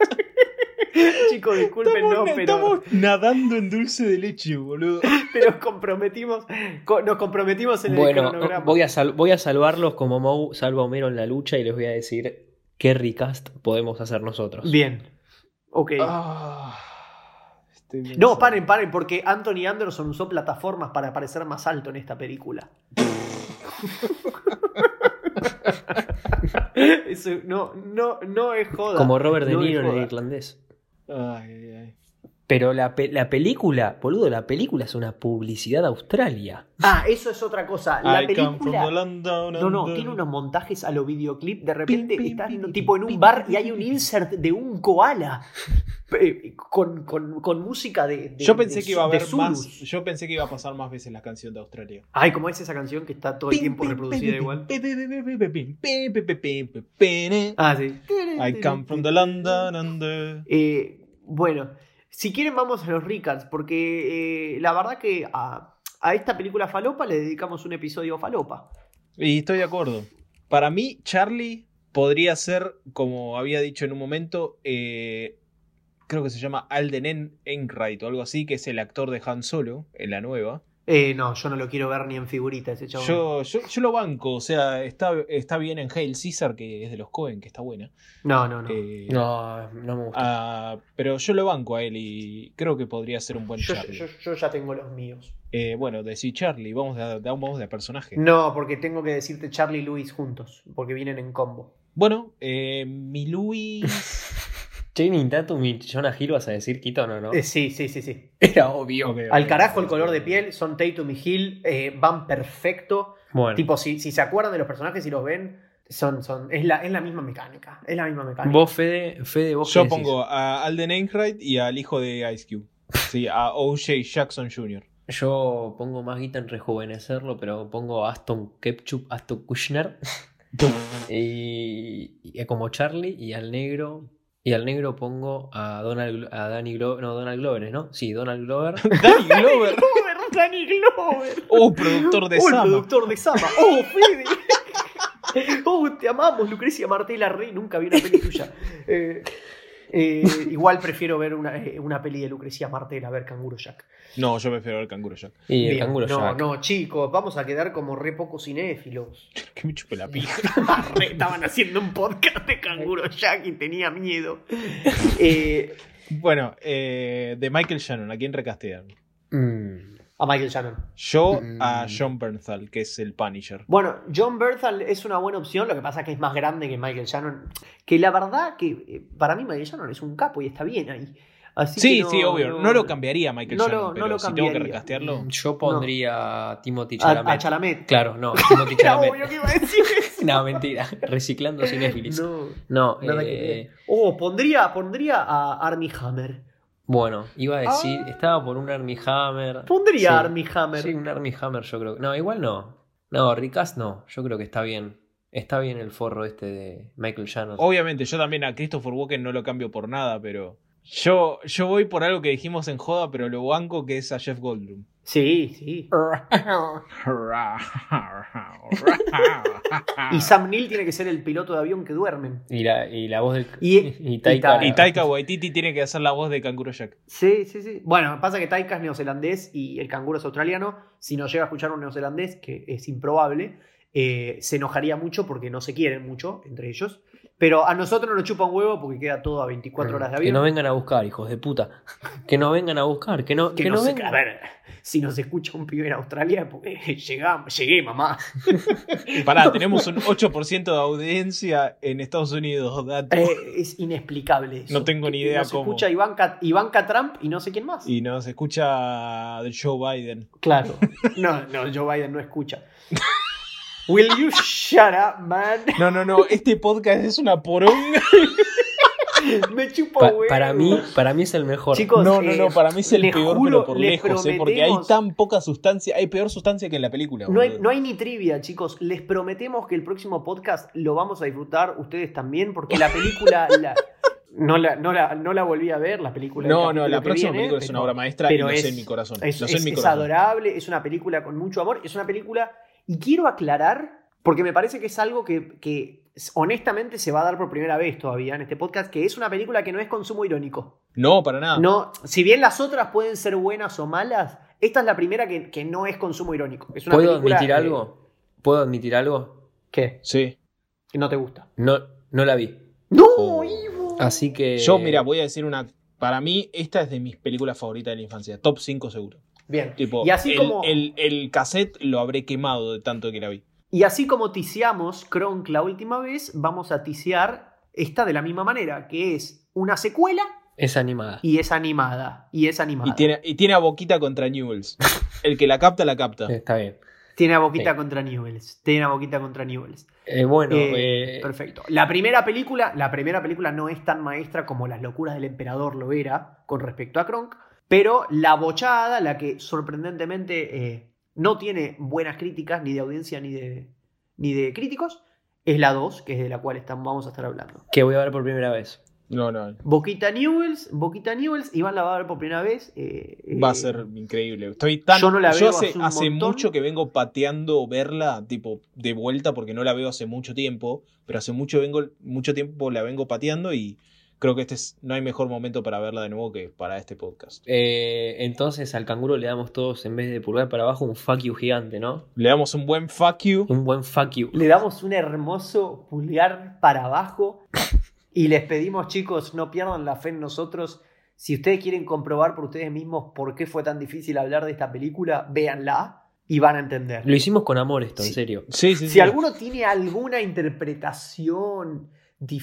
Chicos, disculpen, no, pero.
estamos nadando en dulce de leche, boludo.
Pero comprometimos, co- nos comprometimos en el
bueno,
cronograma.
voy a, sal- voy a salvarlos como Moe salva a Homero en la lucha y les voy a decir qué recast podemos hacer nosotros.
Bien. Ok.
Ah, estoy bien
no,
sal-
paren, paren, porque Anthony Anderson usó plataformas para aparecer más alto en esta película. Eso no, no, no es joda.
Como Robert De
No es
Niro en
joda.
el irlandés.
Ay, ay, ay.
Pero la, pe- la película, boludo, la película es una publicidad a Australia.
Ah, eso es otra cosa. La
I come from the
película.
land down
No, no,
under.
tiene unos montajes a lo videoclip. De repente
Pim, pim,
están
pim,
tipo en
pim,
un bar
pim,
y hay un
pim,
insert de un koala eh, con, con- con música de, de-
Yo pensé
de-
que iba a
de
haber más.
Zulus.
Yo pensé que iba a pasar más veces la canción de Australia.
Ay, como es esa canción que está todo el tiempo reproducida igual.
I
Ah, sí.
come from the land down under.
Eh, bueno, si quieren vamos a los Rickards, porque eh, la verdad que a, a esta película Falopa le dedicamos un episodio Falopa.
Y estoy de acuerdo. Para mí, Charlie podría ser, como había dicho en un momento, eh, creo que se llama Alden En- Enright o algo así, que es el actor de Han Solo en la nueva.
Eh, no, yo no lo quiero ver ni en figurita ese chabón.
Yo, yo, yo lo banco, o sea, está, está bien en Hail Caesar, que es de los Cohen, que está buena.
No, no, no.
Eh,
No, no me gusta.
ah, pero yo lo banco a él y creo que podría ser un buen
yo,
Charlie.
yo- yo ya tengo los míos.
Eh, bueno, decir Charlie, vamos de, de- vamos de personaje.
No, porque tengo que decirte Charlie y Luis juntos, porque vienen en combo.
Bueno, eh, mi Luis.
Jamie Tatum y Jonah Hill vas a decir Quito, no, no.
Eh, sí, sí, sí, sí.
Era obvio.
Ok, ok.
Al carajo el color de piel, son Tatum y Hill, eh, van perfecto.
Bueno,
Tipo, si, si se acuerdan de los personajes y los ven, son, son, es, la, es la misma mecánica. Es la misma mecánica.
vos, Fede, Fede vos
Yo
qué decís?
pongo a Alden Einright y al hijo de Ice Cube. Sí, a O.J. Jackson Jr.
Yo pongo más guita en rejuvenecerlo, pero pongo a Aston Ketchup, Aston Kushner y, y como Charlie y al negro y al negro pongo a Donald Glo- a Danny Glover, no Donald Glover, ¿no? Sí, Donald Glover.
Danny Glover.
Glover, Danny Glover.
Oh, productor de
oh, el
Sama.
productor de Sama. Oh, Fede. Oh, te amamos, Lucrecia Martela Rey. Nunca vi una peli tuya. Eh, eh, igual prefiero ver una, eh, una peli de Lucrecia Martela, a ver Canguro Jack.
No, yo prefiero al canguro Jack.
Y el
Bien,
canguro
no,
Jack.
no, chicos, vamos a quedar como re poco cinéfilos.
Que me chupe la pija.
Re, Estaban haciendo un podcast de Canguro Jack y tenía miedo. Eh,
Bueno, eh, de Michael Shannon, ¿a quién recastean?
Mm.
a Michael Shannon.
Yo a
Mm.
John Bernthal, que es el Punisher.
Bueno, John Berthal es una buena opción, lo que pasa es que es más grande que Michael Shannon. Que la verdad que eh, para mí Michael Shannon es un capo y está bien ahí. Así
Sí,
que no-
sí, obvio. No, lo cambiaría Michael
no lo-
Shannon,
no
pero
lo
si tengo que
cambiaría.
recastearlo.
Yo pondría a Timothy
A, a
Chalamet.
Chalamet.
Claro, no, Timothy
Era
Chalamet.
obvio que iba a decir eso.
No, mentira. Reciclando cinéfilis. No,
No, nada que
eh,
ver. Oh, pondría, pondría a Armie Hammer.
bueno, iba a decir,
Ah.
estaba por un Army Hammer.
Pondría
Sí.
a Armie Hammer.
Sí, un Army Hammer yo creo. No, igual no. No, Ricas no. Yo creo que está bien. Está bien el forro este de Michael Shannon.
Obviamente, yo también a Christopher Walken no lo cambio por nada, pero. Yo, yo voy por algo que dijimos en joda, pero lo banco que es a Jeff Goldblum.
Sí, sí. Y Sam Neill tiene que ser el piloto de avión que duermen.
Y la, y la voz del.
Y-
Taika.
Y Taika Waititi tiene que hacer la voz de Canguro Jack.
Sí, sí, sí. Bueno, pasa que Taika es neozelandés y el canguro es australiano. Si nos llega a escuchar un neozelandés, que es improbable, eh, se enojaría mucho porque no se quieren mucho entre ellos. Pero a nosotros nos chupa un huevo porque queda todo a 24 horas de
Que
avión.
no vengan a buscar, hijos de puta. Que no vengan a buscar. Que no,
Que
que
no
no
se-
vengan.
a ver, si nos escucha un pibe en Australia, porque llegamos, llegué, mamá.
Pará, tenemos un 8% de audiencia en Estados Unidos. dato.
Eh, es inexplicable. eso.
No tengo ni
Que
idea
Nos
cómo.
escucha Ivanka, Ivanka Trump y no sé quién más.
Y nos escucha de Joe Biden.
Claro. No, no, Joe Biden no escucha. Will you shut up, man?
No, no, no, este podcast es una poronga.
Me chupa
Pa-
huevo.
para, mí, para mí es el mejor.
Chicos,
No, no,
eh,
no, para mí es el
les
peor,
juro,
pero por
les
lejos, eh, porque hay
prometemos-
tan poca sustancia, hay peor sustancia que en la película.
No hay,
boludo.
no hay ni trivia, chicos. Les prometemos que el próximo podcast lo vamos a disfrutar ustedes también, porque la película la- no, la, no, la, no la volví a ver, la película. del
no, no,
capítulo
la
que
próxima
viene,
película es
pero-
una obra maestra
pero
y lo sé
es-
en mi corazón.
Es,
lo sé en
es-
mi
es
corazón.
adorable, es una película con mucho amor, es una película... Y quiero aclarar, porque me parece que es algo que, que honestamente se va a dar por primera vez todavía en este podcast, que es una película que no es consumo irónico.
No, para nada.
No, si bien las otras pueden ser buenas o malas, esta es la primera que, que no es consumo irónico. Es una
¿Puedo
película,
admitir
eh,
algo? ¿Puedo admitir algo?
¿Qué?
Sí.
Que no te gusta. Ah,
No, no la vi.
¡No,
Oh.
Ivo!
Así que.
Yo,
Eh,
mira, voy a decir una. Para mí, esta es de mis películas favoritas de la infancia. Top 5 seguro.
Bien.
Tipo,
y, así
el,
como,
el, el cassette lo habré quemado de tanto que la vi.
y así como ticiamos Kronk la última vez, vamos a ticiar esta de la misma manera, que es una secuela
Es animada.
y es animada. Y es animada.
Y tiene, y tiene a Boquita contra Newells. El que la capta, la capta.
Está bien.
Tiene a Boquita
Sí.
contra Newells. Tiene a Boquita contra Newells.
Eh, bueno,
Eh,
eh,
Perfecto. La primera película, la primera película no es tan maestra como Las locuras del emperador lo era con respecto a Kronk, pero la bochada, la que sorprendentemente eh, no tiene buenas críticas ni de audiencia ni de ni de críticos, es la 2, que es de la cual estamos, vamos a estar hablando.
que voy a ver por primera vez.
No, no.
Boquita Newells, Boquita Newells, Iván la va a ver por primera vez. eh, eh,
Va a ser increíble. Estoy tan.
yo no la veo
hace,
hace un
hace
montón.
mucho que vengo pateando verla, tipo, de vuelta, porque no la veo hace mucho tiempo. Pero hace mucho, vengo, mucho tiempo la vengo pateando y creo que este es, no hay mejor momento para verla de nuevo que para este podcast.
Eh, entonces al canguro le damos todos, en vez de pulgar para abajo, un fuck you gigante, ¿no?
Le damos un buen fuck you.
Un buen fuck you.
Le damos un hermoso pulgar para abajo y les pedimos, chicos, no pierdan la fe en nosotros. Si ustedes quieren comprobar por ustedes mismos por qué fue tan difícil hablar de esta película, véanla y van a entender.
Lo hicimos con amor esto, en
Sí.
serio.
Sí, sí, sí.
Si alguno tiene alguna interpretación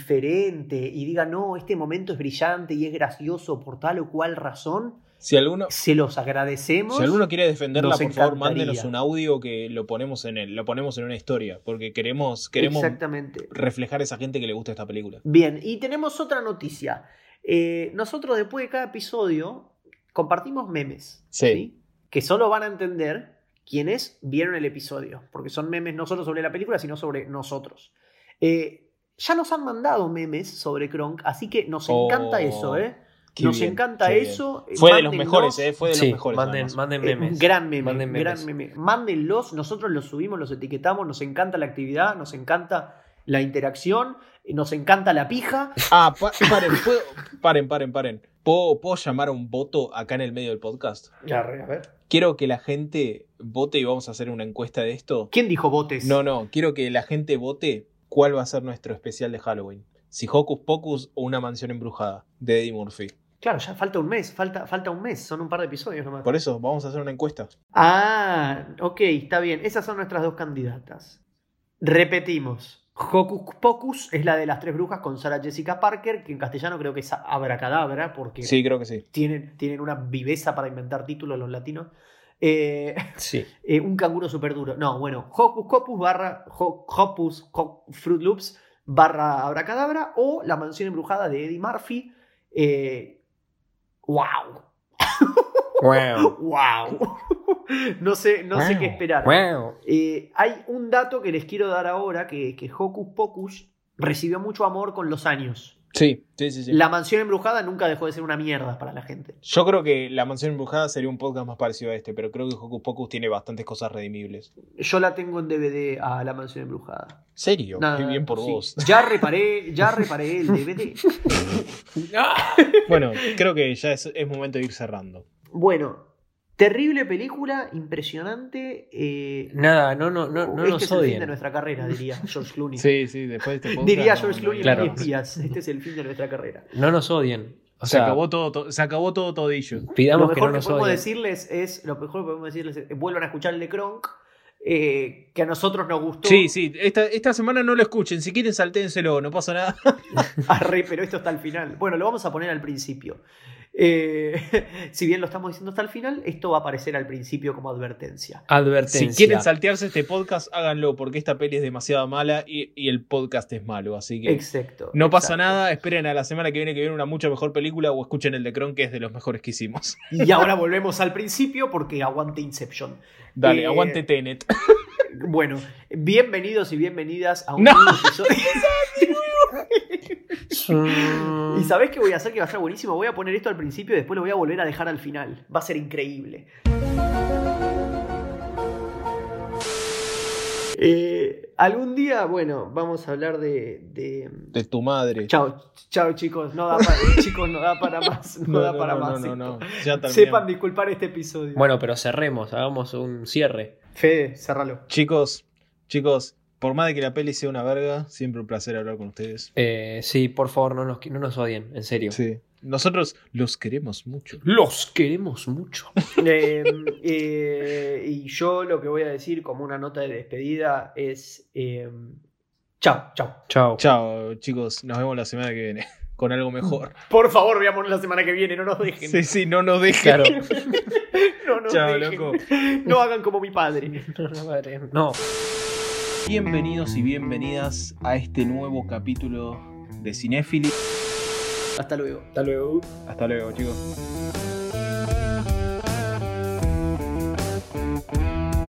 diferente y diga, no, este momento es brillante y es gracioso por tal o cual razón,
Si alguno,
se los agradecemos.
si alguno quiere defenderla,
nos
por favor,
encantaría.
mándenos un audio que lo ponemos en él, lo ponemos en una historia, porque queremos, queremos
Exactamente. Eh,
reflejar a esa gente que le gusta esta película.
Bien, y tenemos otra noticia. Eh, nosotros después de cada episodio compartimos memes.
Sí.
Que solo van a entender quienes vieron el episodio. Porque son memes no solo sobre la película, sino sobre nosotros. Eh, ya nos han mandado memes sobre Kronk, así que nos
Oh,
encanta eso, ¿eh?
Qué
Nos
bien,
encanta
qué bien.
eso. eh,
Fue de los
mándennos,
mejores, eh, fue de
Sí,
los mejores.
manden,
además.
manden
eh,
memes.
gran meme,
Manden memes.
gran meme. Mándenlos, nosotros los subimos, los etiquetamos, nos encanta la actividad, nos encanta la interacción, nos encanta la pija.
Ah, pa- paren, ¿puedo- paren, paren, paren. ¿Puedo, puedo llamar a un voto acá en el medio del podcast?
a ver.
Quiero que la gente vote y vamos a hacer una encuesta de esto.
¿Quién dijo botes?
No, no, quiero que la gente vote cuál va a ser nuestro especial de Halloween. Si Hocus Pocus o una mansión embrujada de Eddie Murphy.
Claro, ya falta un mes, falta, falta un mes, son un par de episodios nomás.
Por eso, vamos a hacer una encuesta.
Ah, ok, está bien. Esas son nuestras dos candidatas. Repetimos. Hocus Pocus es la de las tres brujas con Sarah Jessica Parker, que en castellano creo que es abracadabra, porque
Sí, creo que sí.
tienen, tienen una viveza para inventar títulos los latinos. Eh,
Sí.
eh, un canguro súper duro. No, bueno, Hocus Pocus barra Ho- Hopus Ho- Fruit Loops barra Abracadabra o La Mansión Embrujada de Eddie Murphy. Eh, ¡Wow!
Wow.
¡Wow! No sé, no sé qué esperar.
Wow.
Eh, hay un dato que les quiero dar ahora, que, que Hocus Pocus recibió mucho amor con los años.
Sí, sí, sí. sí.
La mansión embrujada nunca dejó de ser una mierda para la gente.
Yo creo que La Mansión Embrujada sería un podcast más parecido a este, pero creo que Hocus Pocus tiene bastantes cosas redimibles.
Yo la tengo en DVD a La mansión embrujada.
¿Serio?
Nada,
Qué bien por
sí.
vos.
Ya reparé, ya reparé el DVD.
Bueno, creo que ya es, es momento de ir cerrando.
Bueno, terrible película, impresionante. eh,
Nada, no, no, no, no
este
nos
es el fin de
odien.
nuestra carrera, diría George Clooney.
sí, después de este
diría George Clooney
claro.
en Mil espías. Este es el fin de nuestra carrera.
No nos odien. O sea,
todo, to- se acabó todo todillo.
pidamos
lo
que no
mejor que,
nos
podemos
odien.
decirles es, lo mejor que podemos decirles es, vuelvan a escuchar el de Kronk, eh, que a nosotros nos gustó.
Sí, sí, esta, esta semana no lo escuchen. Si quieren, salténselo, no pasa nada.
Arre, pero esto está al final. Bueno, lo vamos a poner al principio. Eh, si bien lo estamos diciendo hasta el final, esto va a aparecer al principio como advertencia.
Advertencia.
Si quieren saltearse este podcast, háganlo, porque esta peli es demasiado mala y, y el podcast es malo. Así que
Exacto.
no pasa
exacto.
nada. Esperen a la semana que viene que viene una mucho mejor película o escuchen el de Cron, que es de los mejores que hicimos.
Y ahora volvemos al principio porque aguante Inception.
Dale,
Eh,
aguante Tenet.
Bueno, bienvenidos y bienvenidas a un
No.
nuevo episodio.
Mm.
¿Y sabés qué voy a hacer que va a ser buenísimo? Voy a poner esto al principio y después lo voy a volver a dejar al final. Va a ser increíble. Eh, algún día, bueno, vamos a hablar de. de-
De tu madre.
Chao, chao chicos, no da para, chicos, no da para más, no,
No,
da
no,
para
no,
más.
no, no,
esto.
no. Ya terminamos.
Sepan disculpar este episodio.
Bueno, pero cerremos, hagamos un cierre.
Fede, cerralo.
Chicos, chicos, por más de que la peli sea una verga, siempre un placer hablar con ustedes.
Eh, sí, por favor, no nos, no nos odien, en serio.
Sí. Nosotros los queremos mucho.
Los queremos mucho.
Eh, eh, y yo lo que voy a decir como una nota de despedida es. eh, chao, chao.
Chao.
Chao, chicos. Nos vemos la semana que viene con algo mejor.
Por favor, veámonos la semana que viene, no nos dejen.
Sí, sí, no nos dejaron.
No nos
Chao,
dejen.
loco.
No hagan como mi padre.
No.
Bienvenidos y bienvenidas a este nuevo capítulo de Cinéfili.
Hasta luego.
Hasta luego.
Hasta luego, chicos.